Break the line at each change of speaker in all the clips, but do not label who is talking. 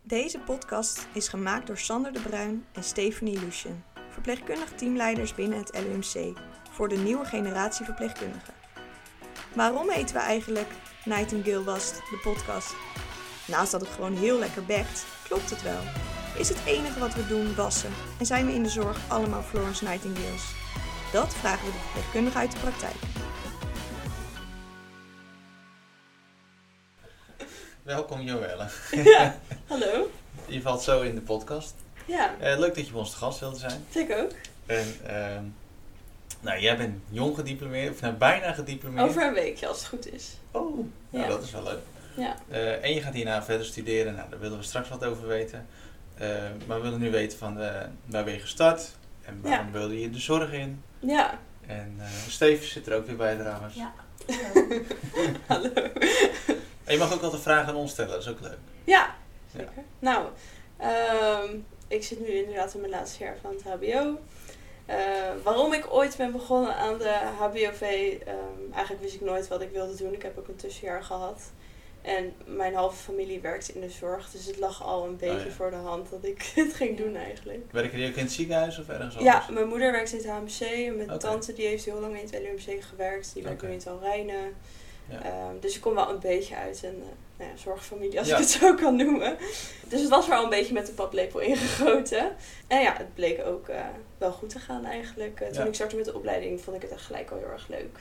Deze podcast is gemaakt door Sander de Bruin en Stephanie Lucien, verpleegkundig teamleiders binnen het LUMC, voor de nieuwe generatie verpleegkundigen. Waarom heten we eigenlijk Nightingale Wast, de podcast? Naast dat het gewoon heel lekker bekt, klopt het wel. Is het enige wat we doen wassen en zijn we in de zorg allemaal Florence Nightingales? Dat vragen we de verpleegkundige uit de praktijk.
Welkom Joelle.
Ja, hallo.
Je valt zo in de podcast.
Ja,
Eh, leuk dat je bij ons te gast wilde zijn.
vind ik ook.
En, ehm, nou, jij bent jong gediplomeerd, of nou, bijna gediplomeerd.
Over een weekje als het goed is.
Oh, nou,
Ja.
dat is wel leuk.
Ja.
Eh, en je gaat hierna verder studeren. Nou, daar willen we straks wat over weten. Eh, maar we willen nu weten van eh, waar ben je gestart en waarom wilde je de zorg in.
Ja,
En eh Steven zit er ook weer bij trouwens.
Ja.
hallo.
En je mag ook altijd vragen aan ons stellen, dat is ook leuk.
Ja, zeker. Nou, ehm, ik zit nu inderdaad in mijn laatste jaar van het HBO. Eh, waarom ik ooit ben begonnen aan de HBOV, ehm, eigenlijk wist ik nooit wat ik wilde doen. Ik heb ook een tussenjaar gehad. En mijn halve familie werkt in de zorg, dus het lag al een beetje
ja.
voor de hand dat ik het ging doen eigenlijk.
Werken jullie ook in het ziekenhuis of ergens anders?
Ja, mijn moeder werkt in het HMC en mijn
Oké.
tante die heeft heel lang in het LUMC gewerkt. Die werkt
Oké.
nu in het Alrijnen.
Ja.
Ehm, dus ik kom wel een beetje uit een eh, nou ja, zorgfamilie, als
Ja.
ik het zo kan noemen. Dus het was er al een beetje met de paplepel ingegoten. En ja, het bleek ook eh, wel goed te gaan eigenlijk. Eh, toen
Ja.
ik startte met de opleiding vond ik het echt gelijk al heel erg leuk.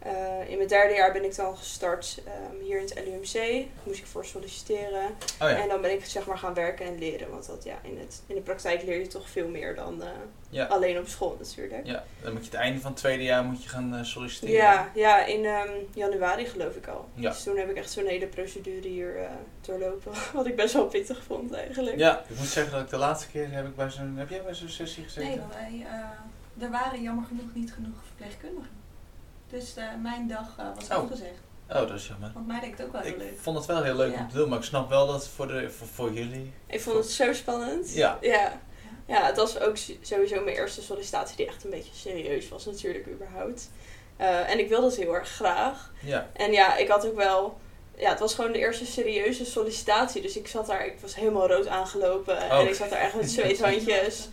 Eh, in mijn derde jaar ben ik dan gestart ehm, hier in het LUMC. Moest ik voor solliciteren.
Oh ja.
En dan ben ik zeg maar gaan werken en leren. Want dat, ja, in, het, in de praktijk leer je toch veel meer dan eh,
Ja.
alleen op school natuurlijk.
ja. Dan moet je het einde van het tweede jaar moet je gaan eh, solliciteren.
Ja, ja, in ehm, januari geloof ik al.
Ja.
Dus toen heb ik echt zo'n hele procedure hier eh, doorlopen. Wat ik best wel pittig vond eigenlijk.
Ja, ik moet zeggen dat ik de laatste keer heb ik bij zo'n. Heb jij bij zo'n sessie gezeten?
Nee, want wij, eh, er waren jammer genoeg niet genoeg verpleegkundigen. Dus eh, mijn dag eh, was
Oh.
afgezegd.
Oh, dat is jammer.
Want mij deed het ook wel heel
Ik
leuk.
vond het wel heel leuk
Ja.
om te doen, maar ik snap wel dat voor, de, voor, voor jullie.
Ik vond het zo spannend.
Ja.
ja. Ja, het was ook s- sowieso mijn eerste sollicitatie die echt een beetje serieus was natuurlijk überhaupt. Eh, en ik wilde het heel erg graag.
Ja,
En ja, ik had ook wel. Ja, het was gewoon de eerste serieuze sollicitatie. Dus ik zat daar, ik was helemaal rood aangelopen.
Oh.
En ik zat daar echt met zweethandjes.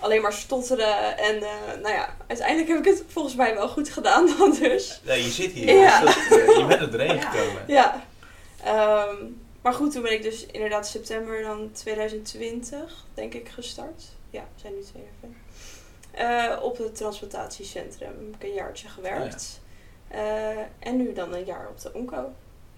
Alleen maar stotteren. En eh, nou ja, uiteindelijk heb ik het volgens mij wel goed gedaan dan dus.
nee, je zit hier.
Ja.
dus dat, eh, je bent er doorheen
Ja.
gekomen.
Ja. Ehm, maar goed, toen ben ik dus inderdaad september dan 2020, denk ik, gestart. Ja, we zijn nu twee jaar verder. Eh, op het transplantatiecentrum heb ik een jaartje gewerkt. Eh, en nu dan een jaar op de onco.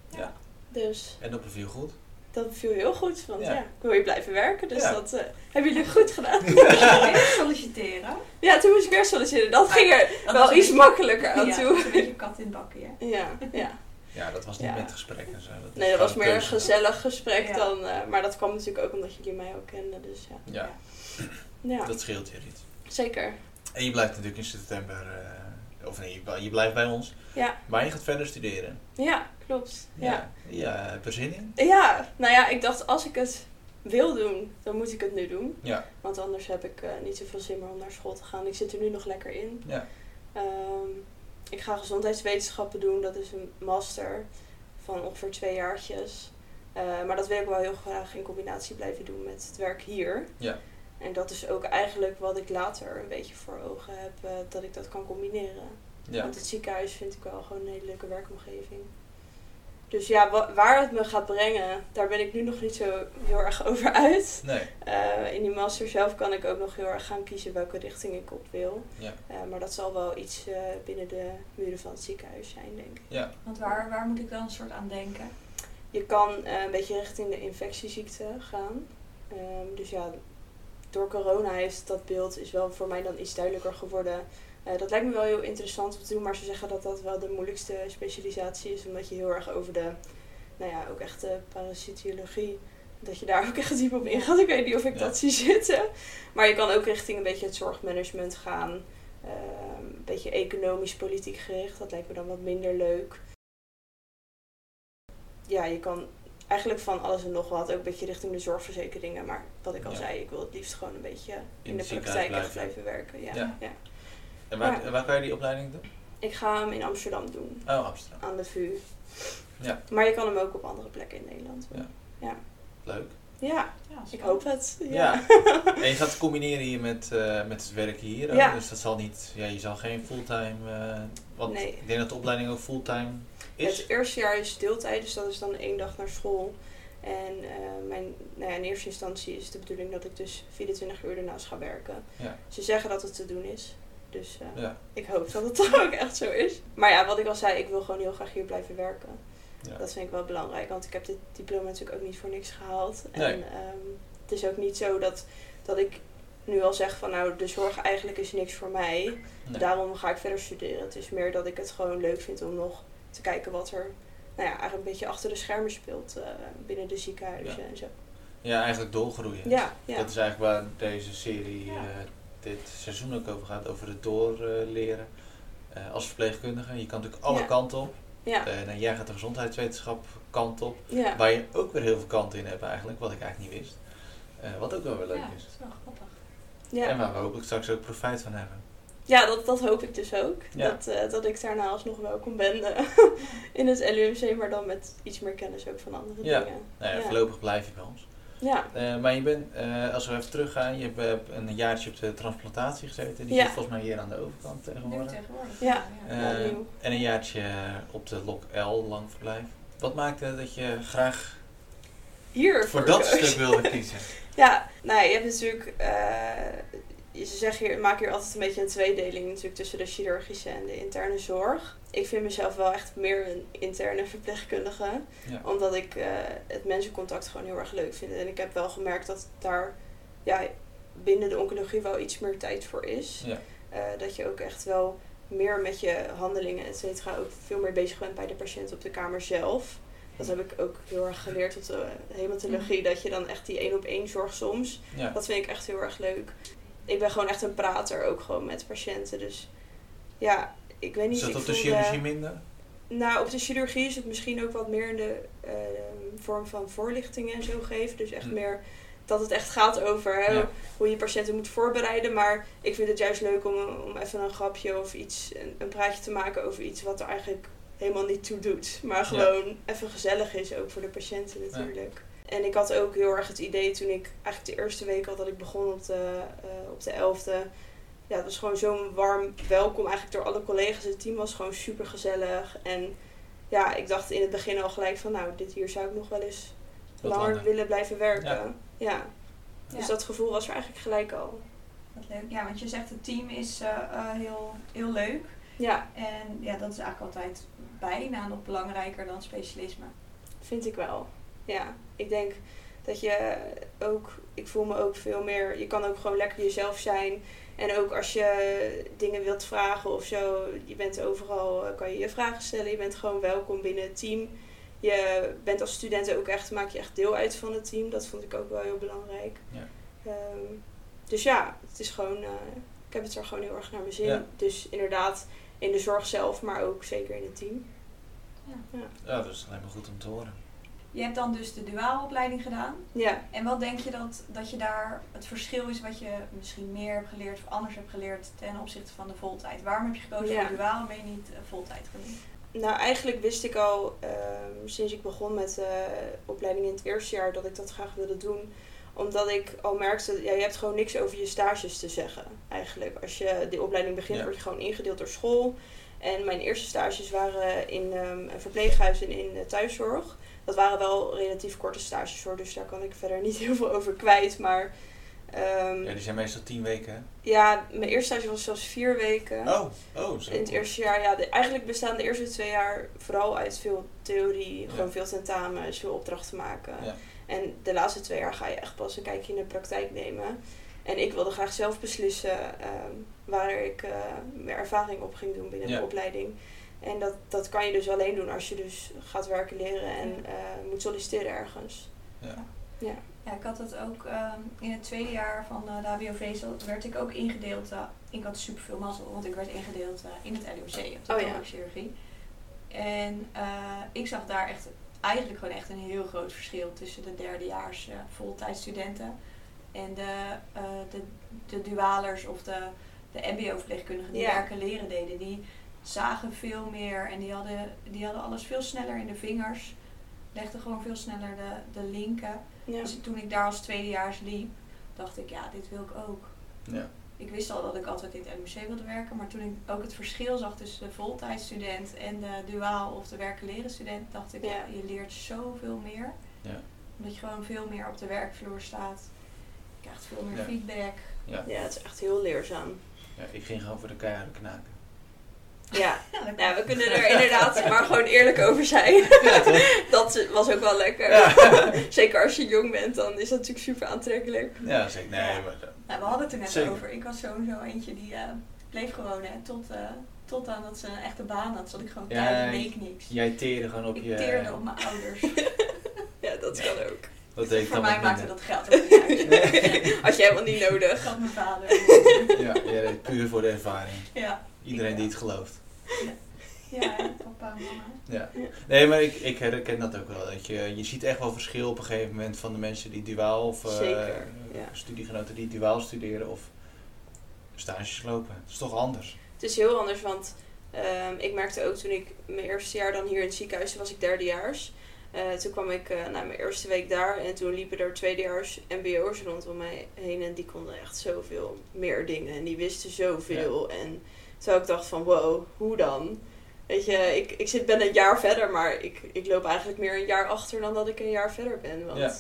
Ja.
Dus
En dat beviel goed.
Dat viel heel goed, want
Ja.
ja, ik wil hier blijven werken, dus
Ja.
dat eh, hebben jullie goed gedaan.
Ik ging solliciteren.
ja, toen moest ik weer solliciteren. Dat ging er
Dat was
wel
een
iets
beetje-
makkelijker aan
ja, dat is
toe.
Een beetje kat in het bakkie, hè?
Ja, ja.
Ja, dat was niet
Ja.
met gesprek en zo. is
Nee, dat
gewoon
was meer een
keuze.
gezellig gesprek
Ja.
dan... eh, maar dat kwam natuurlijk ook omdat jullie mij ook kenden, dus ja.
Ja,
Ja,
dat scheelt je niet.
zeker.
En je blijft natuurlijk in september. eh, of nee, je bl- je blijft bij ons.
Ja.
Maar je gaat verder studeren.
Ja, klopt. Ja.
Ja, heb je er zin in?
ja. nou ja, ik dacht als ik het wil doen, dan moet ik het nu doen.
Ja.
Want anders heb ik eh, niet zoveel zin meer om naar school te gaan. Ik zit er nu nog lekker in.
Ja.
Ehm, ik ga gezondheidswetenschappen doen. Dat is een master van ongeveer twee jaartjes. Eh, maar dat wil ik wel heel graag in combinatie blijven doen met het werk hier.
Ja.
En dat is ook eigenlijk wat ik later een beetje voor ogen heb. eh, dat ik dat kan combineren.
Ja.
Want het ziekenhuis vind ik wel gewoon een hele leuke werkomgeving. Dus ja, wa- waar het me gaat brengen, daar ben ik nu nog niet zo heel erg over uit.
Nee.
Eh, in die master zelf kan ik ook nog heel erg gaan kiezen welke richting ik op wil.
Ja.
Eh, maar dat zal wel iets eh, binnen de muren van het ziekenhuis zijn, denk ik.
Ja.
Want waar, waar moet ik dan een soort aan denken?
Je kan eh, een beetje richting de infectieziekte gaan. Ehm, dus ja, door corona heeft dat beeld is wel voor mij dan iets duidelijker geworden. Eh, dat lijkt me wel heel interessant om te doen, maar ze zeggen dat dat wel de moeilijkste specialisatie is. Omdat je heel erg over de, nou ja, ook echt de parasitologie, dat je daar ook echt diep op ingaat. Ik weet niet of ik
Ja.
dat zie zitten. Maar je kan ook richting een beetje het zorgmanagement gaan. Ehm, een beetje economisch politiek gericht, dat lijkt me dan wat minder leuk. Ja, je kan eigenlijk van alles en nog wat, ook een beetje richting de zorgverzekeringen. Maar wat ik al
Ja.
zei, ik wil het liefst gewoon een beetje in,
het
de
ziekenhuis
praktijk echt
blijven.
blijven werken. Ja.
Ja.
Ja.
En waar, waar kan je die opleiding doen?
Ik ga hem in Amsterdam doen,
Oh, Amsterdam.
aan de VU.
Ja.
Maar je kan hem ook op andere plekken in Nederland doen.
Ja. Leuk.
Ja,
Ja,
ik
spannend.
hoop het.
Ja. En je gaat het combineren hier met, eh, met het werk hier. ook.
Ja.
Dus dat zal niet, ja, je zal geen fulltime. eh, want
Nee.
ik denk dat de opleiding ook fulltime is.
Het eerste jaar is deeltijd, dus dat is dan één dag naar school. En eh, mijn, nou ja, in eerste instantie is de bedoeling dat ik dus 24 uur daarnaast ga werken.
Ja.
Ze zeggen dat het te doen is. Dus eh,
Ja.
ik hoop dat het dan ook echt zo is. Maar ja, wat ik al zei, ik wil gewoon heel graag hier blijven werken.
Ja.
Dat vind ik wel belangrijk, want ik heb dit diploma natuurlijk ook niet voor niks gehaald.
Nee.
En ehm, het is ook niet zo dat, dat ik nu al zeg van nou, de zorg eigenlijk is niks voor mij.
Nee.
Daarom ga ik verder studeren. Het is meer dat ik het gewoon leuk vind om nog te kijken wat er nou ja, eigenlijk een beetje achter de schermen speelt eh, binnen de ziekenhuizen
Ja.
en zo.
ja, eigenlijk doorgroeien.
Ja, ja.
Dat is eigenlijk waar deze serie
Ja.
eh, dit seizoen ook over gaat. Over het doorleren eh, als verpleegkundige. Je kan natuurlijk alle
Ja.
kanten op.
ja,
Eh, nou, jij gaat de gezondheidswetenschap kant op.
ja.
Waar je ook weer heel veel kanten in hebt eigenlijk. Wat ik eigenlijk niet wist. Eh, wat ook wel weer leuk
Ja, dat
is.
is wel grappig.
ja.
En waar we hopelijk straks ook profijt van hebben.
Ja, dat, dat hoop ik dus ook.
Ja.
Dat, eh, dat ik daarna alsnog welkom ben eh, in het LUMC, maar dan met iets meer kennis ook van andere
Ja.
dingen.
Nou ja,
Ja.
voorlopig blijf je bij ons.
Ja,
Eh, maar je bent, eh, als we even teruggaan, je hebt eh, een jaartje op de transplantatie gezeten. Die
Ja.
zit volgens mij hier aan de overkant
Nu
tegenwoordig.
tegenwoordig.
Ja.
Eh,
Ja, nieuw.
en een jaartje eh, op de Lok L, lang verblijf. Wat maakte dat je graag
hier
voor, dat
koos.
stuk wilde kiezen?
Ja, nou, je hebt natuurlijk. eh, je- ze zeggen hier, maak hier altijd een beetje een tweedeling natuurlijk tussen de chirurgische en de interne zorg. Ik vind mezelf wel echt meer een interne verpleegkundige.
Ja.
Omdat ik eh, het mensencontact gewoon heel erg leuk vind. En ik heb wel gemerkt dat daar ja, binnen de oncologie wel iets meer tijd voor is.
Ja.
Eh, dat je ook echt wel meer met je handelingen, et cetera, ook veel meer bezig bent bij de patiënt op de kamer zelf. Dat heb ik ook heel erg geleerd op de hematologie. Dat je dan echt die één op één zorg soms.
Ja.
Dat vind ik echt heel erg leuk. Ik ben gewoon echt een prater, ook gewoon met patiënten. Dus ja, ik weet niet.
Is dat
ik
op de
voelde-
chirurgie minder?
nou, op de chirurgie is het misschien ook wat meer in de ehm, vorm van voorlichting en zo geven. Dus echt
Hm.
meer dat het echt gaat over hè,
Ja.
hoe je patiënten moet voorbereiden. Maar ik vind het juist leuk om, om even een grapje of iets, een, een praatje te maken over iets wat er eigenlijk helemaal niet toe doet. Maar gewoon even gezellig is, ook voor de patiënten natuurlijk. En ik had ook heel erg het idee toen ik eigenlijk de eerste week al dat ik begon op de, eh, op de 11e. Ja, het was gewoon zo'n warm welkom eigenlijk door alle collega's. Het team was gewoon super gezellig. En ja, ik dacht in het begin al gelijk van nou, dit hier zou ik nog wel eens
Wat
langer
langer.
willen blijven werken.
Ja.
Ja.
Ja.
Dus dat gevoel was er eigenlijk gelijk al.
Wat leuk. Ja, want je zegt het team is eh, eh, heel, heel leuk.
Ja,
En ja, dat is eigenlijk altijd bijna nog belangrijker dan specialisme.
vind ik wel. Ja, ik denk dat je ook, ik voel me ook veel meer, je kan ook gewoon lekker jezelf zijn. En ook als je dingen wilt vragen of zo, je bent overal, eh, kan je je vragen stellen. Je bent gewoon welkom binnen het team. Je bent als student ook echt, maak je echt deel uit van het team. Dat vond ik ook wel heel belangrijk.
Ja.
Ehm, dus ja, het is gewoon, eh, ik heb het er gewoon heel erg naar mijn zin.
Ja.
Dus inderdaad, in de zorg zelf, maar ook zeker in het team.
Ja, dat is alleen maar goed om te horen.
Je hebt dan dus de duaalopleiding gedaan.
Ja.
En wat denk je dat, dat je daar het verschil is wat je misschien meer hebt geleerd of anders hebt geleerd ten opzichte van de voltijd? Waarom heb je gekozen
Ja.
voor duaal en ben je niet eh, voltijd genoemd?
Nou, eigenlijk wist ik al ehm, sinds ik begon met de opleiding in het eerste jaar dat ik dat graag wilde doen. Omdat ik al merkte, ja, je hebt gewoon niks over je stages te zeggen eigenlijk. Als je die opleiding begint,
Ja.
word je gewoon ingedeeld door school. En mijn eerste stages waren in ehm, een verpleeghuis en in de thuiszorg. Dat waren wel relatief korte stages hoor, dus daar kan ik verder niet heel veel over kwijt. Maar ehm,
Ja, die zijn meestal tien weken, hè?
ja, mijn eerste stage was zelfs vier weken.
Oh, oh, zo.
In het eerste jaar, ja, de- eigenlijk bestaan de eerste twee jaar vooral uit veel theorie,
Ja.
gewoon veel tentamens, veel opdrachten maken.
Ja.
En de laatste twee jaar ga je echt pas een kijkje in de praktijk nemen. En ik wilde graag zelf beslissen ehm, waar ik eh, mijn ervaring op ging doen binnen
Ja.
de opleiding. En dat, dat kan je dus alleen doen als je dus gaat werken leren en
Ja.
eh, moet solliciteren ergens.
Ja, ik had dat ook ehm, in het tweede jaar van eh, de HBOV zo- werd ik ook ingedeeld. eh, ik had superveel mazzel, want ik werd ingedeeld eh, in het LOC, op de
Oh ja.
chirurgie. En eh, ik zag daar echt eigenlijk gewoon echt een heel groot verschil tussen de derdejaars eh voltijdstudenten en de, eh, de, de dualers of de, de mbo-verpleegkundigen die
Ja.
werken leren deden. Die zagen veel meer en die hadden, die hadden alles veel sneller in de vingers. Legden gewoon veel sneller de, de linken.
Ja.
Dus toen ik daar als tweedejaars liep, dacht ik, ja, dit wil ik ook.
Ja.
Ik wist al dat ik altijd in het LMC wilde werken, maar toen ik ook het verschil zag tussen de voltijdstudent en de duaal of de werken leren student, dacht ik,
Ja.
ja, je leert zoveel meer.
Ja.
Omdat je gewoon veel meer op de werkvloer staat. Je krijgt veel meer
Ja.
feedback.
ja, het is echt heel leerzaam.
Ja, ik ging gewoon voor de keiharde knaken.
Ja,
Ja, dat-
nou, we kunnen er inderdaad maar gewoon eerlijk over zijn. dat was ook wel lekker. Zeker als je jong bent, dan is dat natuurlijk super aantrekkelijk.
Ja, zeg ik, nee,
Ja.
maar dat-
Nou, we hadden het er net
Zeker.
over. Ik was sowieso eentje die eh, bleef gewoon hè, tot, eh, tot aan dat ze een echte baan had. Zat ik gewoon
Ja,
thuis en
ik-
deed ik niks.
jij teerde gewoon op
ik
je...
teerde op mijn ouders.
Ja, dat kan ook.
Dat deed ik
Voor
dan
mij
wat
maakte
minder.
dat geld ook niet uit.
Had je helemaal niet
Ik
nodig.
had mijn vader.
Ja, jij deed puur voor de ervaring.
Ja,
Iedereen
Ja.
die het gelooft.
ja en papa en mama.
Ja.
Ja.
Nee, maar ik, ik herken dat ook wel. Dat je, je ziet echt wel verschil op een gegeven moment van de mensen die duaal of eh,
Zeker, ja.
studiegenoten die duaal studeren of stages lopen. Dat is toch anders?
Het is heel anders, want ehm, ik merkte ook toen ik mijn eerste jaar dan hier in het ziekenhuis was, ik derdejaars. Eh, toen kwam ik eh, na mijn eerste week daar en toen liepen er tweedejaars MBO'ers rondom mij heen en die konden echt zoveel meer dingen en die wisten zoveel. En terwijl ik dacht van wow, hoe dan? Weet je, ik, ik zit, ben een jaar verder, maar ik, ik loop eigenlijk meer een jaar achter dan dat ik een jaar verder ben. Want
Ja.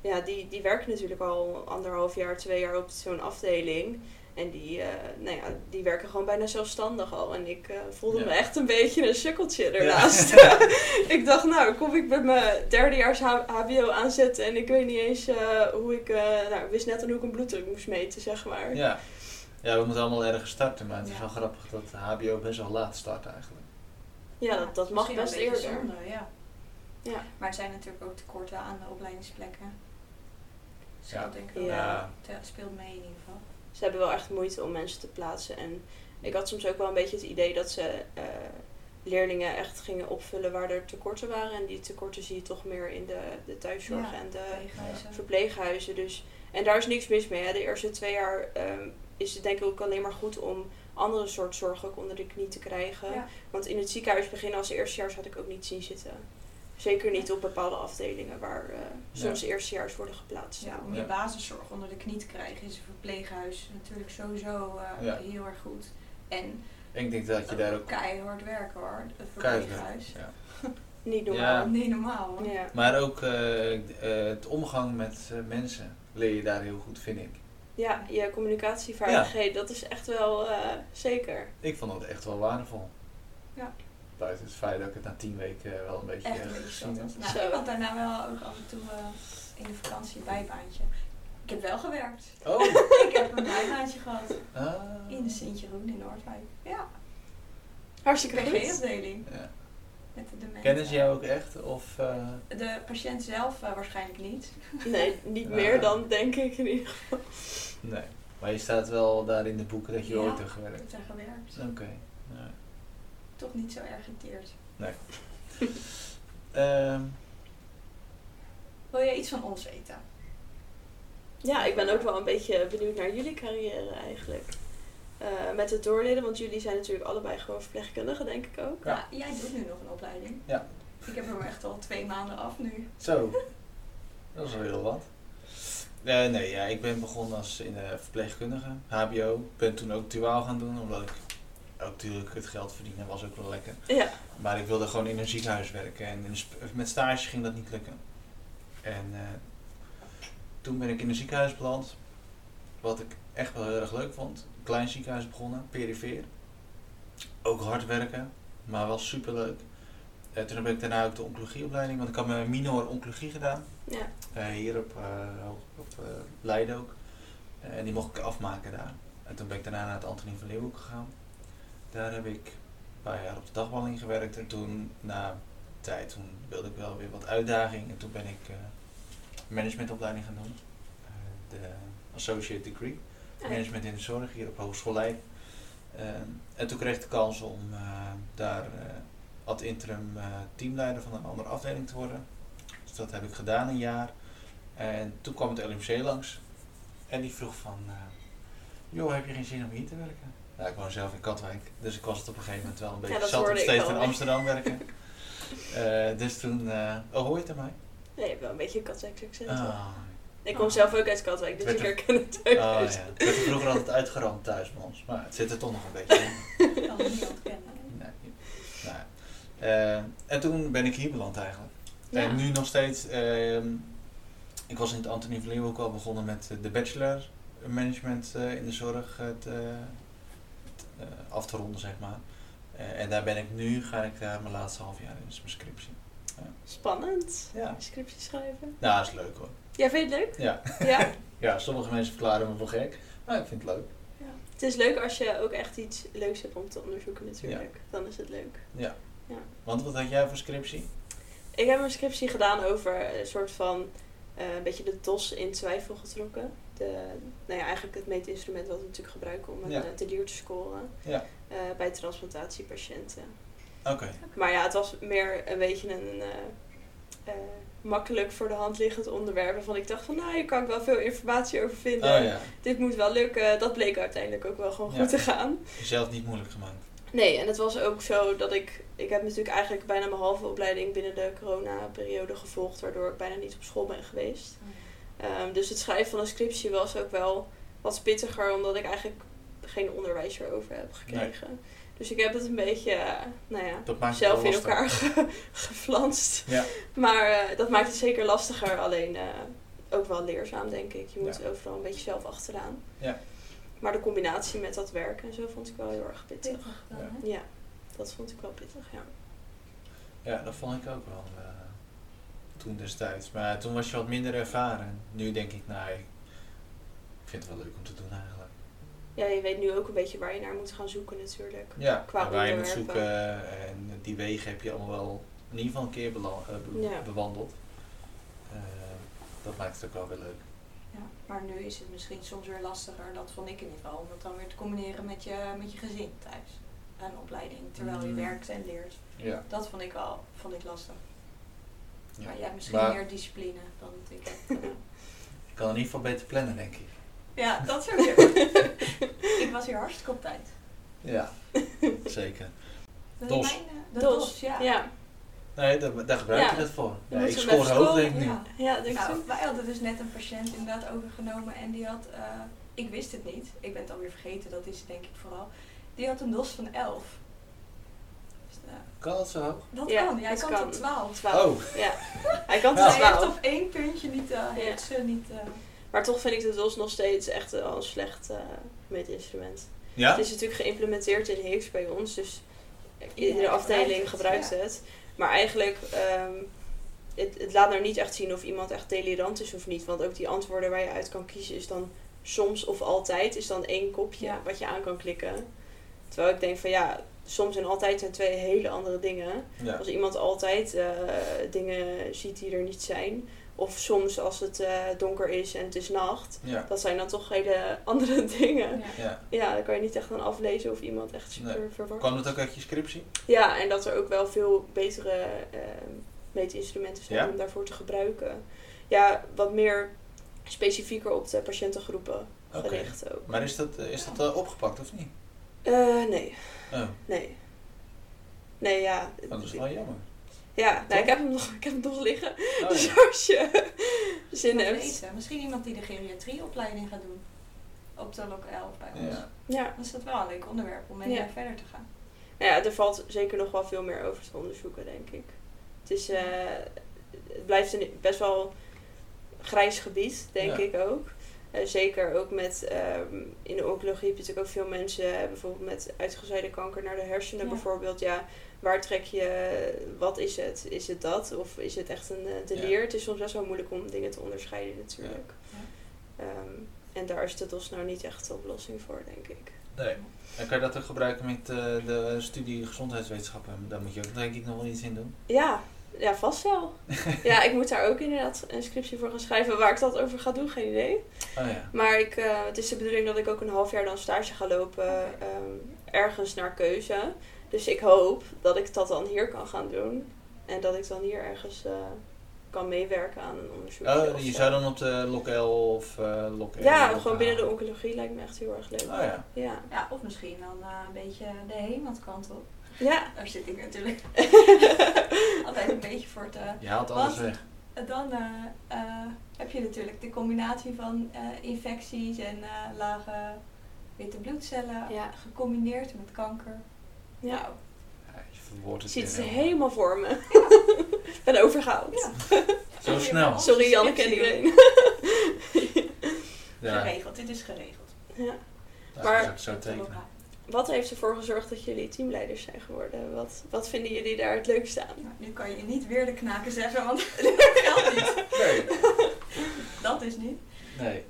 ja, die, die werken natuurlijk al anderhalf jaar, twee jaar op zo'n afdeling. En die, eh, nou ja, die werken gewoon bijna zelfstandig al. En ik eh, voelde
Ja.
me echt een beetje een sukkeltje ernaast. ik dacht, nou, kom ik met mijn derdejaars H- HBO aanzetten. En ik weet niet eens eh, hoe ik... eh, nou, ik wist net al hoe ik een bloeddruk moest meten, zeg maar.
Ja. ja, we moeten allemaal ergens starten, maar het is
Ja.
wel grappig dat de HBO best wel laat start eigenlijk.
Ja, dat, dat mag
Misschien wel
best
een beetje
eerder.
zonde, ja.
Ja.
Maar het zijn natuurlijk ook tekorten aan de opleidingsplekken. Dus
Ja.
dat denk ik wel.
Ja.
Dat speelt mee in ieder geval.
Ze hebben wel echt moeite om mensen te plaatsen. En ik had soms ook wel een beetje het idee dat ze eh, leerlingen echt gingen opvullen waar er tekorten waren. En die tekorten zie je toch meer in de, de thuiszorg
Ja.
en de...
Pleeghuizen.
verpleeghuizen. Dus. En daar is niks mis mee. Hè. De eerste twee jaar ehm, is het denk ik ook alleen maar goed om andere soort zorg ook onder de knie te krijgen.
Ja.
Want in het ziekenhuis beginnen als eerstejaars had ik ook niet zien zitten. Zeker niet op bepaalde afdelingen waar eh, soms eerstejaars worden geplaatst.
Ja, om
Ja.
je basiszorg onder de knie te krijgen is een verpleeghuis natuurlijk sowieso eh,
Ja.
heel erg goed. En
En ik denk dat
Oh,
je daar ook
keihard werken hoor, het
keihard
verpleeghuis.
Ja.
Niet
Ja.
normaal.
Niet normaal hoor.
Ja. Ja.
Maar ook eh, eh, het omgang met eh, mensen leer je daar heel goed, vind ik.
je communicatievaardigheid, dat is echt wel eh, zeker.
Ik vond dat echt wel waardevol.
Ja.
Buiten het feit dat ik het na tien weken eh, wel een beetje
Echt
eh,
een beetje
gezien
zat.
heb.
was. Nou,
Zo.
ik had daarna wel ook af en toe eh, in de vakantie een bijbaantje. Ik heb wel gewerkt.
Oh!
ik heb een bijbaantje gehad
Ah.
in de Sint-Jeroen in Noordwijk. Ja,
Hartstikke goed.
PG-afdeling
Ja.
met de dementie.
Kennen ze jou ook echt? Of, eh,
De patiënt zelf eh, waarschijnlijk niet.
Nee, niet
Ja.
meer dan denk ik niet.
nee. Maar je staat wel daar in de boeken dat je
Ja.
ooit hebt
Ik
gewerkt.
heb daar gewerkt.
Oké. ja.
Toch niet zo erg geteerd.
Ehm,
Wil jij iets van ons weten?
Ja, ik ben ook wel een beetje benieuwd naar jullie carrière eigenlijk. Eh, met het doorleden, want jullie zijn natuurlijk allebei gewoon verpleegkundigen, denk ik ook.
Ja.
Ja. jij doet nu nog een opleiding.
Ja.
Ik heb er maar echt al twee maanden af nu.
Zo, dat is wel heel wat. Eh, nee, ja, ik ben begonnen als in de verpleegkundige, HBO. Ik ben toen ook duaal gaan doen, omdat ik ook natuurlijk het geld verdienen was ook wel lekker.
Ja.
Maar ik wilde gewoon in een ziekenhuis werken en in een sp- met stage ging dat niet lukken. En eh, toen ben ik in een ziekenhuis beland, wat ik echt wel heel erg leuk vond. Een klein ziekenhuis begonnen, perifeer. Ook hard werken, maar wel super leuk. toen heb ik daarna ook de oncologieopleiding, want ik had mijn minor oncologie gedaan.
Ja.
Eh, hier op, eh, op eh, Leiden ook. Eh, en die mocht ik afmaken daar. En toen ben ik daarna naar het Antonie van Leeuwenhoek gegaan. Daar heb ik een paar jaar op de dagballing gewerkt. En toen, na tijd, toen wilde ik wel weer wat uitdaging. En toen ben ik eh, managementopleiding gaan doen. Eh, de associate degree. Management in de zorg hier op Hogeschool Leiden. Eh, en toen kreeg ik de kans om eh, daar eh, ad interim eh, teamleider van een andere afdeling te worden. Dus dat heb ik gedaan een jaar. En toen kwam het LMC langs. En die vroeg van, eh, joh, heb je geen zin om hier te werken? Nou, ik woon zelf in Katwijk, dus ik was het op een gegeven moment wel een beetje
dat
zat om
hoorde ik
steeds
al.
in Amsterdam werken. Eh, dus toen, eh, oh hoor je het aan mij?
Ja, je hebt wel een beetje een katwijk accent. hoor.
Ah,
Ik kom
Ah.
zelf ook uit Katwijk, dus
Werd
ik
er-
herken het
ah,
ook.
ja.
dus-
Ik werd er vroeger altijd uitgerand thuis bij ons, maar het zit er toch nog een beetje in.
Ik kan het niet ontkennen.
Nee. Nou, ja. Eh, en toen ben ik hier beland eigenlijk.
Ja.
En nu nog steeds. ehm, ik was in het Antonie van Leeuwenhoek al begonnen met eh, de bachelor management eh, in de zorg eh, te, te, eh, af te ronden, zeg maar. Eh, en daar ben ik nu, ga ik daar mijn laatste half jaar in, dus mijn scriptie.
Spannend.
Ja.
Scriptie schrijven.
Nou, dat is leuk hoor.
Ja, vind je het leuk?
Ja.
Ja.
Ja, sommige mensen verklaren me voor gek, maar ik vind het leuk.
Het is leuk als je ook echt iets leuks hebt om te onderzoeken natuurlijk. Dan is het leuk.
Want wat had jij voor scriptie?
Ik heb een scriptie gedaan over een soort van eh, een beetje de DOS in twijfel getrokken. De, nou ja, eigenlijk het meetinstrument wat we natuurlijk gebruiken om een
Ja.
eh, te duur te scoren
Ja.
eh, bij transplantatiepatiënten.
Oké,
Maar ja, het was meer een beetje een eh, eh, makkelijk voor de hand liggend onderwerp. Waarvan ik dacht van nou, hier kan ik wel veel informatie over vinden.
oh ja,
Dit moet wel lukken. Dat bleek uiteindelijk ook wel gewoon
Ja.
goed te gaan.
jezelf niet moeilijk gemaakt.
Nee, en het was ook zo dat ik... Ik heb natuurlijk eigenlijk bijna mijn halve opleiding binnen de corona-periode gevolgd... waardoor ik bijna niet op school ben geweest. Ehm, dus het schrijven van een scriptie was ook wel wat pittiger... omdat ik eigenlijk geen onderwijs erover heb gekregen. Dus ik heb het een beetje, eh, nou ja,
Dat maakt het
zelf
wel
in
lastig.
elkaar ge- geflanst.
Ja.
Maar eh, dat maakt het zeker lastiger. Alleen eh, ook wel leerzaam, denk ik. Je moet overal een beetje zelf achteraan.
Ja.
Maar de combinatie met dat werk en zo vond ik wel heel erg pittig.
Pittig
Ja.
dan, hè?
Ja, dat vond ik wel pittig, ja.
Ja, dat vond ik ook wel eh, toen destijds. Maar toen was je wat minder ervaren. Nu denk ik, nou, ik vind het wel leuk om te doen eigenlijk.
Ja, je weet nu ook een beetje waar je naar moet gaan zoeken natuurlijk.
Ja,
Qua
en waar je moet
onderwerpen.
zoeken eh, en die wegen heb je allemaal wel in ieder geval een keer bela- eh, be-
Ja.
bewandeld. Eh, dat maakt het ook wel weer leuk.
Ja, maar nu is het misschien soms weer lastiger, dat vond ik in ieder geval, om dat dan weer te combineren met je, met je gezin thuis. Een opleiding, terwijl je
Mm.
werkt en leert.
Ja.
Dat vond ik wel vond ik lastig.
Ja.
Maar jij hebt misschien
Maar-
meer discipline dan dat ik heb. gedaan.
Ik kan in ieder geval beter plannen, denk ik.
ja, dat soort dingen. ik was hier hartstikke op tijd.
Ja, zeker.
Dat
Dos.
is mijn, eh, de
Dos,
dos, ja.
ja.
Nee, daar, daar gebruik je
Ja.
dat voor.
Dan
Ja, ik
moeten we
scoor
met
hoog,
scoren,
denk ik nu.
ja.
Ja, denk ik
Nou,
zo.
wij hadden dus net een patiënt inderdaad overgenomen en die had, eh, ik wist het niet, ik ben het alweer vergeten, dat is het denk ik vooral. Die had een dos van 11. Dus, eh,
Kan dat zo hoog?
dat
Ja,
kan, jij
dat
kan,
kan.
tot 12.
Twaalf.
Oh,
Ja, hij kan
Ja.
tot
Zij heeft
12.
op één puntje niet, eh heeft ze niet. eh,
Maar toch vind ik de DOS nog steeds echt wel een slecht eh meetinstrument.
ja?
Het is natuurlijk geïmplementeerd in Heeks bij ons, dus iedere
Iedereen
afdeling
gebruikt het,
gebruikt het. Maar eigenlijk, ehm, het, het laat nou niet echt zien of iemand echt delirant is of niet. Want ook die antwoorden waar je uit kan kiezen is dan soms of altijd, is dan één kopje
Ja.
wat je aan kan klikken. Terwijl ik denk van ja, soms en altijd zijn twee hele andere dingen.
Ja.
Als iemand altijd eh, dingen ziet die er niet zijn. Of soms als het eh, donker is en het is nacht.
Ja.
Dat zijn dan toch hele andere dingen.
ja.
Ja, daar kan je niet echt aan aflezen of iemand echt super
Nee.
verward
Kwam dat ook uit je scriptie?
Ja, en dat er ook wel veel betere ehm, meetinstrumenten zijn
Ja?
om daarvoor te gebruiken. Ja, wat meer specifieker op de patiëntengroepen
Oké.
gericht ook.
Maar is dat, eh, is dat eh, opgepakt of niet?
Eh, nee,
Oh,
nee. Nee, ja.
dat is wel jammer.
Ja,
Toch?
nou, ik, heb hem nog, ik heb hem nog liggen.
Oh,
Dus
ja.
als je zin
moet
hebt.
weten. Misschien iemand die de geriatrieopleiding gaat doen. Op de lok 11 bij ons.
Ja.
Ja.
Dan is dat wel een leuk onderwerp om mee
Ja.
verder te gaan.
Nou ja, er valt zeker nog wel veel meer over te onderzoeken, denk ik. Het, is, eh, het blijft een best wel grijs gebied, denk
Ja.
ik ook. Eh, zeker ook met, ehm, in de oncologie heb je natuurlijk ook veel mensen, eh, bijvoorbeeld met uitgezaaide kanker naar de hersenen
Ja.
bijvoorbeeld. Ja, waar trek je, wat is het? Is het dat? Of is het echt een eh, delier? Het is soms best wel moeilijk om dingen te onderscheiden natuurlijk. Ehm, en daar is de DOS nou niet echt de oplossing voor, denk ik.
Nee. En kan je dat ook gebruiken met eh, de studie gezondheidswetenschappen? Daar moet je ook denk ik nog wel iets in doen.
Ja, ja, vast wel. ja, ik moet daar ook inderdaad een scriptie voor gaan schrijven. Waar ik dat over ga doen, geen idee.
Oh ja.
Maar ik, eh, het is de bedoeling dat ik ook een half jaar dan stage ga lopen. ehm, ergens naar keuze. Dus ik hoop dat ik dat dan hier kan gaan doen. En dat ik dan hier ergens eh, kan meewerken aan een onderzoek.
Oh, je zou dan op de lokel of eh lokel.
Ja, gewoon binnen de oncologie lijkt me echt heel erg leuk.
eh, Oh ja.
Ja.
Ja, of misschien dan eh, een beetje de hemelkant op.
Ja.
Daar zit ik natuurlijk altijd een beetje voor te...
Je haalt
Wat?
alles weg.
dan eh, eh, heb je natuurlijk de combinatie van eh, infecties en eh, lage witte bloedcellen
Ja.
gecombineerd met kanker.
Ja.
Nou,
Ja, je verwoordt het
Ik zie het
weer
helemaal voor me. Ik ben overgehaald.
ja.
Zo snel.
Sorry Janneke en
Prescriptie.
iedereen.
Ja,
Geregeld, dit is geregeld.
ja.
dat
Maar-
zou ik zo tekenen.
Wat heeft ervoor gezorgd dat jullie teamleiders zijn geworden? Wat, wat vinden jullie daar het leukste aan?
Nou, nu kan je niet weer de knaken zeggen, want dat geldt niet.
Nee.
Dat is niet.
Nee.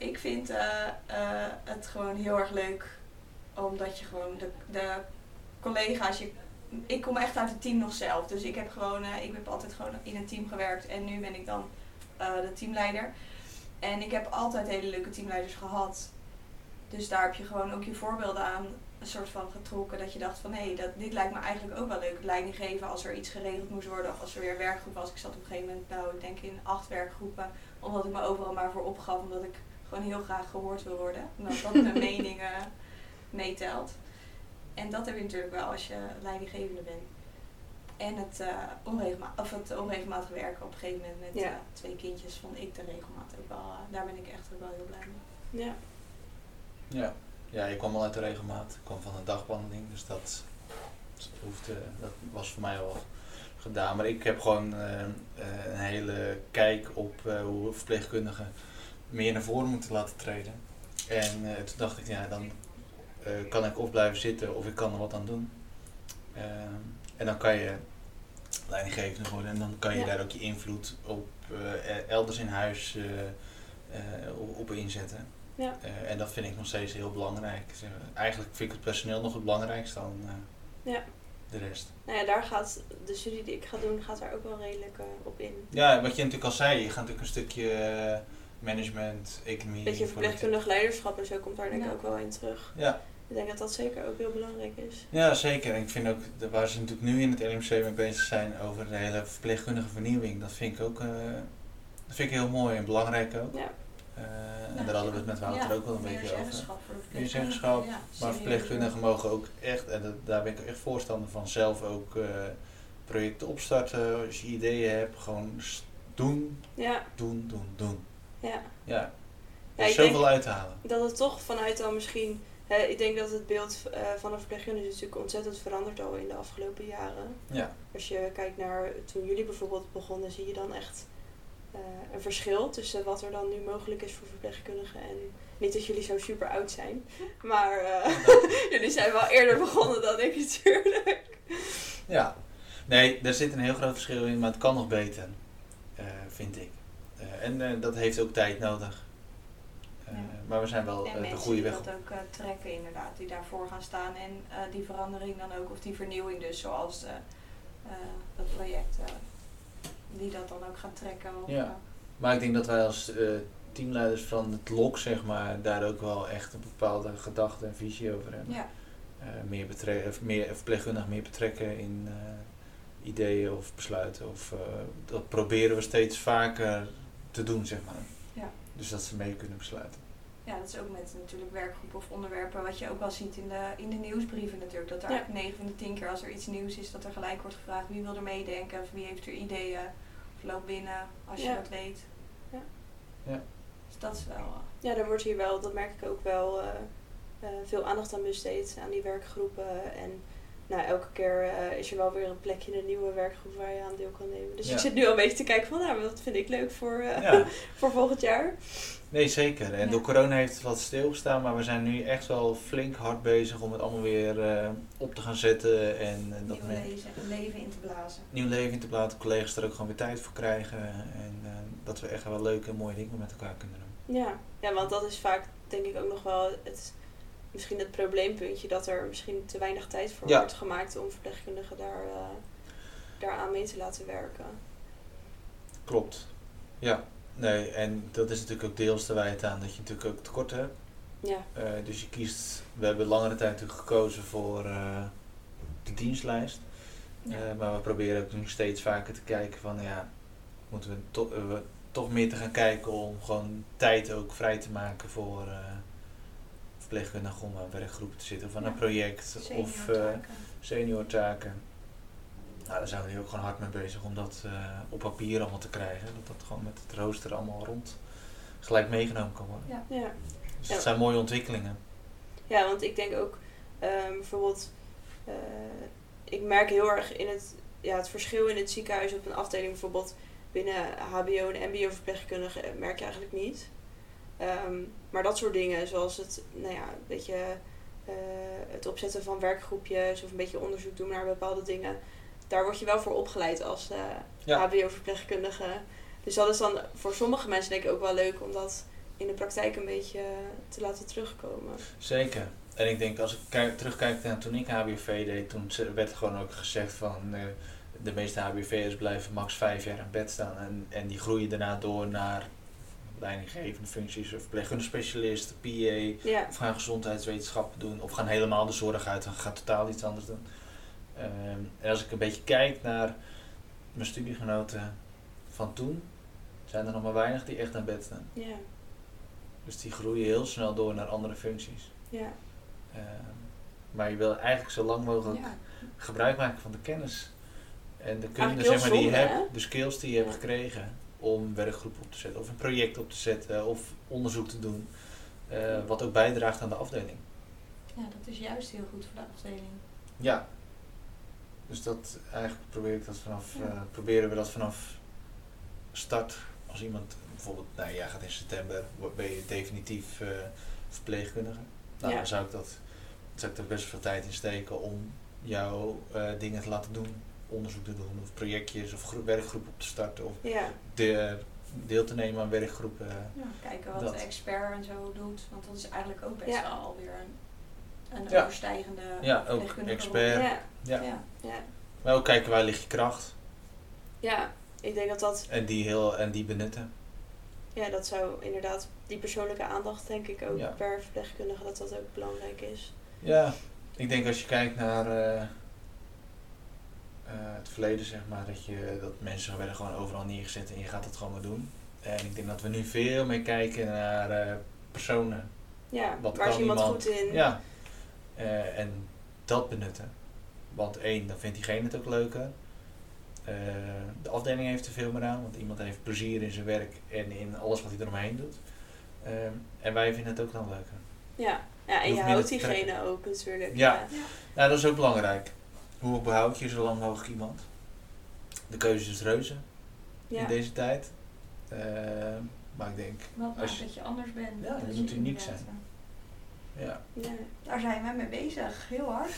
Ik vind eh, eh, het gewoon heel erg leuk. Omdat je gewoon de, de collega's. Je, ik kom echt uit het team nog zelf. Dus ik heb gewoon. eh, ik heb altijd gewoon in een team gewerkt. En nu ben ik dan eh, de teamleider. En ik heb altijd hele leuke teamleiders gehad. Dus daar heb je gewoon ook je voorbeelden aan een soort van getrokken. Dat je dacht van hé, hey, dat- dit lijkt me eigenlijk ook wel leuk. Leiding geven als er iets geregeld moest worden. Of als er weer een werkgroep was. Ik zat op een gegeven moment, nou ik denk in acht werkgroepen. Omdat ik me overal maar voor opgaf. Omdat ik gewoon heel graag gehoord wil worden. Omdat dat mijn mening eh, meetelt. En dat heb je natuurlijk wel als je leidinggevende bent. En het, eh, onregelma- of het onregelmatig werken op een gegeven moment met
Ja.
eh, twee kindjes vond ik de regelmaat ook wel. eh, daar ben ik echt ook wel heel blij mee.
Ja.
Ja. ja, je kwam al uit de regelmaat. Ik kwam van een dagbehandeling, dus dat, dat hoefde, dat was voor mij al gedaan. Maar ik heb gewoon eh, eh, een hele kijk op eh, hoe verpleegkundigen meer naar voren moeten laten treden. En eh, toen dacht ik, ja, dan eh, kan ik of blijven zitten of ik kan er wat aan doen. Ehm, en dan kan je leidinggevende worden en dan kan je
Ja.
daar ook je invloed op eh, elders in huis eh, eh, op- op inzetten.
Ja.
Eh, en dat vind ik nog steeds heel belangrijk. Dus, eh, eigenlijk vind ik het personeel nog het belangrijkste dan eh,
Ja.
de rest.
Nou ja, daar gaat de studie die ik ga doen, gaat daar ook wel redelijk eh, op in.
Ja, wat je natuurlijk al zei, je gaat natuurlijk een stukje eh, management, economie.
Een beetje verpleegkundig leiderschap en zo komt daar denk ik
Ja.
ook wel in terug.
Ja,
Ik denk dat dat zeker ook heel belangrijk is.
Ja, zeker. En ik vind ook de- waar ze natuurlijk nu in het LMC mee bezig zijn over de hele verpleegkundige vernieuwing, dat vind ik ook eh, dat vind ik heel mooi en belangrijk ook.
Ja.
Eh,
Nou,
en daar hadden we het met Wouter
ja,
ook wel een beetje
Meer
over.
zeggenschap voor de
Meer
verpleegkundigen.
zeggenschap,
Ja,
Maar
serieus.
verpleegkundigen mogen ook echt, en dat- daar ben ik echt voorstander van, zelf ook eh, projecten opstarten. Als je ideeën hebt, gewoon s- doen,
Ja,
doen, doen, doen.
ja.
Ja,
Ja,
er is
ik denk-
zoveel uit te halen.
dat het toch vanuit dan misschien. Hè, ik denk dat het beeld eh, van een verpleegkundige is natuurlijk ontzettend veranderd al in de afgelopen jaren.
Ja,
Als je kijkt naar toen jullie bijvoorbeeld begonnen, zie je dan echt eh, een verschil tussen wat er dan nu mogelijk is voor verpleegkundigen en niet dat jullie zo super oud zijn. Maar eh, jullie zijn wel eerder begonnen dan ik natuurlijk.
Ja, nee, daar zit een heel groot verschil in, maar het kan nog beter, eh, vind ik. Eh, en eh, dat heeft ook tijd nodig. Eh,
Ja.
Maar we zijn wel
En
eh, de
mensen
goede
die
weg. op.
dat ook eh, trekken inderdaad, die daarvoor gaan staan en eh, die verandering dan ook, of die vernieuwing dus, zoals eh, eh, dat project, eh, die dat dan ook gaan trekken. Of,
Ja.
eh,
Maar ik denk dat wij als eh, teamleiders van het LOK, zeg maar, daar ook wel echt een bepaalde gedachte en visie over hebben.
ja.
Eh, meer, betre- of meer verpleegkundig meer betrekken in eh, ideeën of besluiten. Of, eh, dat proberen we steeds vaker te doen, zeg maar.
Ja.
Dus dat ze mee kunnen besluiten.
Ja, dat is ook met natuurlijk werkgroepen of onderwerpen, wat je ook wel ziet in de, in de nieuwsbrieven natuurlijk. Dat er
Ja.
eigenlijk 9 van de 10 keer als er iets nieuws is, dat er gelijk wordt gevraagd wie wil er meedenken of wie heeft er ideeën. Of loop binnen als
Ja.
je dat weet.
Ja.
Ja.
Dus dat is wel... eh,
Ja, daar wordt hier wel, dat merk ik ook wel, eh, eh, veel aandacht aan besteed, aan die werkgroepen. En nou, elke keer eh, is er wel weer een plekje in een nieuwe werkgroep waar je aan deel kan nemen. Dus
Ja.
ik zit nu al een beetje te kijken van, nou, wat vind ik leuk voor, eh,
Ja.
voor volgend jaar.
Nee, zeker. En
Ja.
door corona heeft het wat stilgestaan, maar we zijn nu echt wel flink hard bezig om het allemaal weer eh, op te gaan zetten en eh, dat
nieuw
men
lezen, leven in te blazen.
nieuw leven in te plaatsen, collega's er ook gewoon weer tijd voor krijgen en eh, dat we echt wel leuke en mooie dingen met elkaar kunnen doen.
Ja. ja, want dat is vaak denk ik ook nog wel het, misschien het probleempuntje dat er misschien te weinig tijd voor
Ja.
wordt gemaakt om verpleegkundigen daar, eh, daaraan mee te laten werken.
Klopt. Ja. Nee, en dat is natuurlijk ook deels te wijten aan dat je natuurlijk ook tekorten hebt.
Ja,
Eh, dus je kiest, we hebben langere tijd natuurlijk gekozen voor eh, de dienstlijst.
Ja.
Eh, maar we proberen ook nu steeds vaker te kijken van ja, moeten we, to- eh, we toch meer te gaan kijken om gewoon tijd ook vrij te maken voor eh verpleegkundigen om aan werkgroepen te zitten of aan
Ja.
een project of eh
Seniortaken.
seniortaken. Nou, daar zijn we nu ook gewoon hard mee bezig om dat eh, op papier allemaal te krijgen. Dat dat gewoon met het rooster allemaal rond gelijk meegenomen kan worden.
Ja.
Dus
Ja.
dat zijn mooie ontwikkelingen.
Ja, want ik denk ook ehm, bijvoorbeeld, eh, ik merk heel erg in het, ja, het verschil in het ziekenhuis op een afdeling, bijvoorbeeld binnen HBO en MBO verpleegkundigen, eh, merk je eigenlijk niet. Ehm, maar dat soort dingen, zoals het, nou ja, een beetje eh, het opzetten van werkgroepjes of een beetje onderzoek doen naar bepaalde dingen, daar word je wel voor opgeleid als eh,
Ja.
HBO-verpleegkundige. Dus dat is dan voor sommige mensen denk ik ook wel leuk om dat in de praktijk een beetje te laten terugkomen.
Zeker. En ik denk, als ik kijk, terugkijk naar toen ik HBV deed, toen ze- werd gewoon ook gezegd van eh, de meeste HBV'ers blijven max vijf jaar in bed staan. En, en die groeien daarna door naar leidinggevende functies, of verpleegkundige PA,
Ja.
Of gaan gezondheidswetenschappen doen. Of gaan helemaal de zorg uit en gaan totaal iets anders doen. Ehm, en als ik een beetje kijk naar mijn studiegenoten van toen, zijn er nog maar weinig die echt aan bed staan.
Ja,
Dus die groeien heel snel door naar andere functies.
ja,
Ehm, maar je wil eigenlijk zo lang mogelijk
Ja.
gebruik maken van de kennis. En de kunde
Eigenlijk heel
zeg maar, die je
zonde,
hebt,
hè?
de skills die je hebt
Ja.
gekregen om werkgroepen op te zetten, of een project op te zetten, of onderzoek te doen. eh, wat ook bijdraagt aan de afdeling.
ja, dat is juist heel goed voor de afdeling.
Ja. Dus dat eigenlijk probeer ik dat vanaf,
Ja.
eh, proberen we dat vanaf start. Als iemand bijvoorbeeld, nou jij gaat in september, wo- ben je definitief eh, verpleegkundige. Nou,
Ja.
dan zou ik dat, zou ik er best veel tijd in steken om jou eh, dingen te laten doen. Onderzoek te doen, of projectjes, of gro- werkgroepen op te starten, of
ja,
de, deel te nemen aan werkgroepen.
Ja. Kijken wat
Dat.
de expert en zo doet, want dat is eigenlijk ook best
Ja.
wel alweer een, een
Ja.
overstijgende
Ja, ook
verpleegkundige
expert.
rol.
ja,
Ja.
Ja.
ja,
Maar ook kijken waar ligt je kracht
ja. Ik denk dat dat,
en die, heel, en die benutten.
ja, dat zou inderdaad, die persoonlijke aandacht denk ik ook
Ja.
per verpleegkundige, dat dat ook belangrijk is.
Ja, ik denk als je kijkt naar eh, eh, het verleden, zeg maar, dat, je, dat mensen werden gewoon overal neergezet en je gaat dat gewoon maar doen. En ik denk dat we nu veel meer kijken naar eh, personen.
Ja,
Wat
waar is
kan
iemand
iemand?
goed in?
Ja, Eh, en dat benutten. Want één, dan vindt diegene het ook leuker. Eh, de afdeling heeft er veel meer aan, want iemand heeft plezier in zijn werk en in alles wat hij eromheen doet. Ehm, en wij vinden het ook dan leuker.
ja. ja
Je
en je,
hoeft minder
houdt
te
diegene ook natuurlijk.
Ja. Nou, dat is ook belangrijk. Hoe behoud je zo lang mogelijk iemand? De keuze is reuze
ja.
in deze tijd. Eh, maar ik denk,
Wat
Als
maakt
je-
dat je anders bent.
Ja,
Dat
je
is
moet uniek
inderdaad,
zijn.
eh,
ja.
Ja.
Daar zijn we mee bezig, heel hard.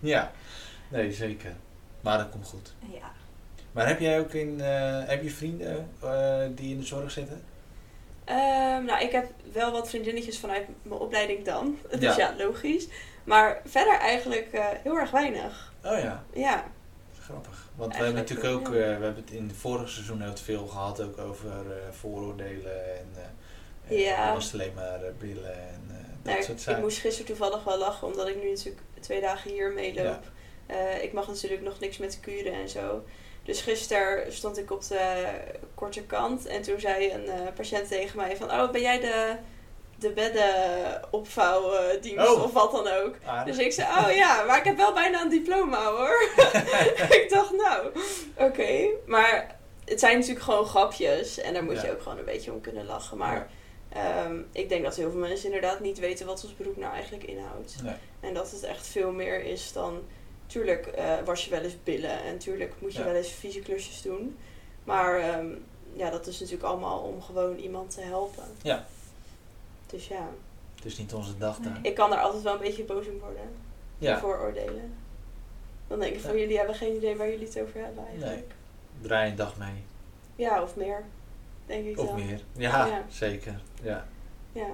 Ja, nee, zeker. Maar dat komt goed.
Ja.
Maar heb jij ook in, eh, heb je vrienden eh, die in de zorg zitten?
Ehm, nou, ik heb wel wat vriendinnetjes vanuit mijn opleiding dan.
Ja.
Dus ja, logisch. Maar verder eigenlijk eh, heel erg weinig.
Oh ja,
Ja,
grappig. Want we hebben
Eigenlijk
natuurlijk ook,
wel, ja.
eh, we hebben het in het vorige seizoen heel veel gehad ook over eh, vooroordelen en eh, eh,
Ja.
was het alleen maar eh, brillen en eh, dat
Nou,
soort
ik, ik
zaken.
moest gisteren toevallig wel lachen, omdat ik nu natuurlijk twee dagen hier meeloop.
Ja.
Eh, ik mag natuurlijk nog niks met kuren en zo. Dus gisteren stond ik op de korte kant en toen zei een eh, patiënt tegen mij van... Oh, ben jij de, de beddenopvouwdienst
Oh.
of wat dan ook?
Aardig.
Dus ik zei, oh ja, maar ik heb wel bijna een diploma hoor. ik dacht, nou, oké. Maar het zijn natuurlijk gewoon grapjes en daar moet
Ja.
je ook gewoon een beetje om kunnen lachen. Maar Ehm, ik denk dat heel veel mensen inderdaad niet weten wat ons beroep nou eigenlijk inhoudt.
Nee.
En dat het echt veel meer is dan. Tuurlijk eh, was je wel eens billen en tuurlijk moet je
Ja.
wel eens vieze klusjes doen. Maar ehm, ja, dat is natuurlijk allemaal om gewoon iemand te helpen.
Ja.
Dus ja,
Het is niet onze dag daar.
ik kan daar altijd wel een beetje boos om worden.
Ja.
Vooroordelen. Dan denk ik van
Ja.
jullie hebben geen idee waar jullie het over hebben eigenlijk.
Draai een dag mee.
Ja, of meer. Denk ik
Of
dan.
meer. Ja,
Ja.
zeker. Ja.
Ja.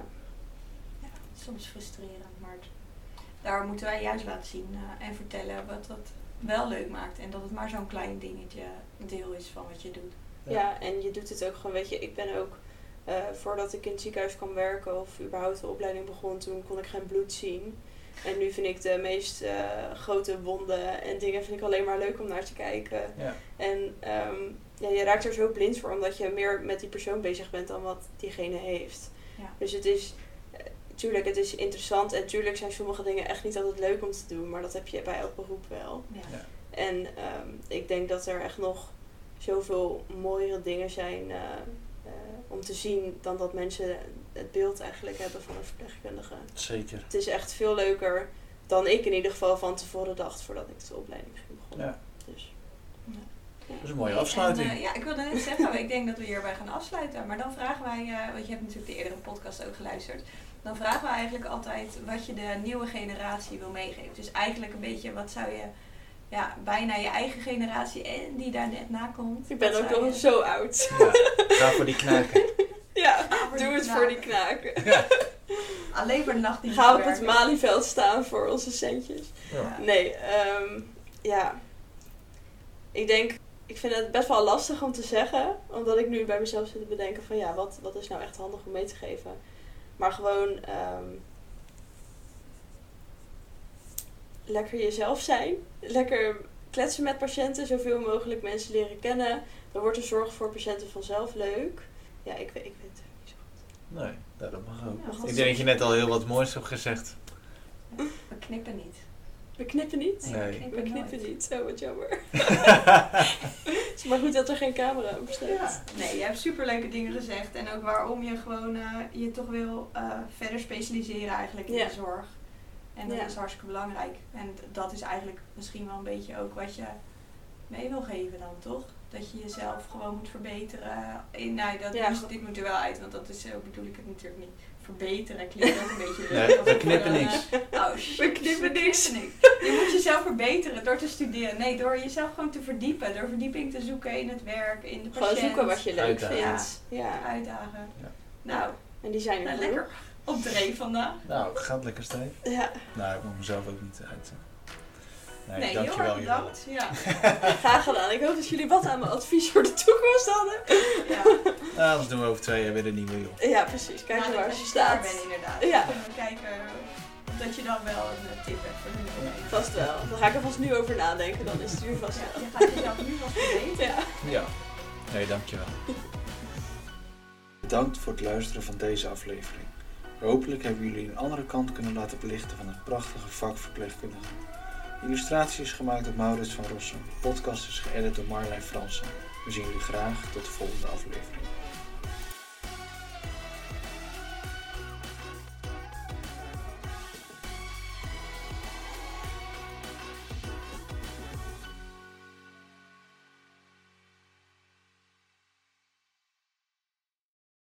Ja, soms frustrerend, maar het- daar moeten wij juist laten zien eh, en vertellen wat dat wel leuk maakt. En dat het maar zo'n klein dingetje deel is van wat je doet.
Ja.
Ja. en je doet het ook gewoon, weet je, ik ben ook, eh, voordat ik in het ziekenhuis kon werken of überhaupt de opleiding begon, toen kon ik geen bloed zien. En nu vind ik de meest eh, grote wonden en dingen vind ik alleen maar leuk om naar te kijken.
Ja.
En ehm, ja, je raakt er zo blind voor, omdat je meer met die persoon bezig bent dan wat diegene heeft.
Ja.
Dus het is, eh, tuurlijk, het is interessant en tuurlijk zijn sommige dingen echt niet altijd leuk om te doen, maar dat heb je bij elk beroep wel.
Ja.
Ja.
En ehm, ik denk dat er echt nog zoveel mooiere dingen zijn eh, eh, om te zien dan dat mensen het beeld eigenlijk hebben van een verpleegkundige.
Zeker.
Het is echt veel leuker dan ik in ieder geval van tevoren dacht voordat ik de opleiding ging begonnen.
Ja.
Dus
Dat is een mooie
En,
afsluiting.
eh, ja, ik wilde net zeggen, ik denk dat we hierbij gaan afsluiten. Maar dan vragen wij, eh, want je hebt natuurlijk de eerdere podcast ook geluisterd. Dan vragen we eigenlijk altijd wat je de nieuwe generatie wil meegeven. Dus eigenlijk een beetje, wat zou je, ja, bijna je eigen generatie en die daar net na komt.
ik ben
wat
ook
zou
nog
je-
zo oud.
Ja, ga voor die knaken.
Ja,
Ga voor die
doe het
knaken.
voor die knaken.
Alleen maar de nacht die
Ga op het Malieveld staan voor onze centjes.
Ja.
Nee, ehm, ja. Ik denk, ik vind het best wel lastig om te zeggen. Omdat ik nu bij mezelf zit te bedenken van ja, wat, wat is nou echt handig om mee te geven. Maar gewoon ehm, lekker jezelf zijn. Lekker kletsen met patiënten, zoveel mogelijk mensen leren kennen. Dan wordt de zorg voor patiënten vanzelf leuk. Ja, ik, weet- ik weet het niet zo goed.
Nee, nou, dat mag ook.
Ja,
Ik denk dat je net al heel wat moois hebt gezegd.
We knippen niet.
We knippen niet.
Nee,
Nee.
we
We
knippen,
knippen
nooit.
niet, zo wat jammer. Het is maar goed dat er geen camera op staat.
Ja. Nee, je hebt superleuke dingen gezegd. En ook waarom je gewoon eh, je toch wil eh, verder specialiseren eigenlijk in
Ja.
de zorg. En dat
Ja.
is hartstikke belangrijk. En d- dat is eigenlijk misschien wel een beetje ook wat je mee wil geven dan, toch? Dat je jezelf gewoon moet verbeteren. In, nou, dat
Ja.
moest- dit moet er wel uit, want dat is, zo bedoel ik het natuurlijk niet. Verbeteren klinkt ook een beetje...
Nee,
alsof
we
je
knippen
dan,
niks.
eh, oh, shit,
We knippen niks.
niks. Je moet jezelf verbeteren door te studeren. Nee, door jezelf gewoon te verdiepen. Door verdieping te zoeken in het werk, in de patiënt.
Gewoon zoeken wat je leuk
Uitdagingen.
vindt. Ja.
Uitdagen.
Ja.
Nou,
En die zijn er
nou,
genoeg.
lekker op dreef vandaag.
nou, gaat lekker steek.
Ja.
Nou, ik moet mezelf ook niet uit. Nee,
Nee, heel
dankjewel
erg
jullie.
bedankt. Ja.
Graag gedaan. Ik hoop dat jullie wat aan mijn advies voor de toekomst hadden.
ja.
Nou, anders doen we over twee jaar weer een nieuwe joh.
Ja, precies. Kijk
Nadat
maar waar
Nou, je
ze
klaar
staat.
bent inderdaad.
Ja.
Kunnen we kijken of dat je dan wel een eh, tip hebt voor de nieuwe mensen.
Vast wel. Dan ga ik er vast nu over nadenken. Dan is het nu vast
Ja,
wel.
je gaat jezelf nu wel verbeteren.
Ja.
Ja. Nee, dankjewel. Bedankt voor het luisteren van deze aflevering. Hopelijk hebben jullie een andere kant kunnen laten belichten van het prachtige vak verpleegkundige. De illustratie is gemaakt door Maurits van Rossum. De podcast is geëdit door Marlijn Fransen. We zien jullie graag tot de volgende aflevering.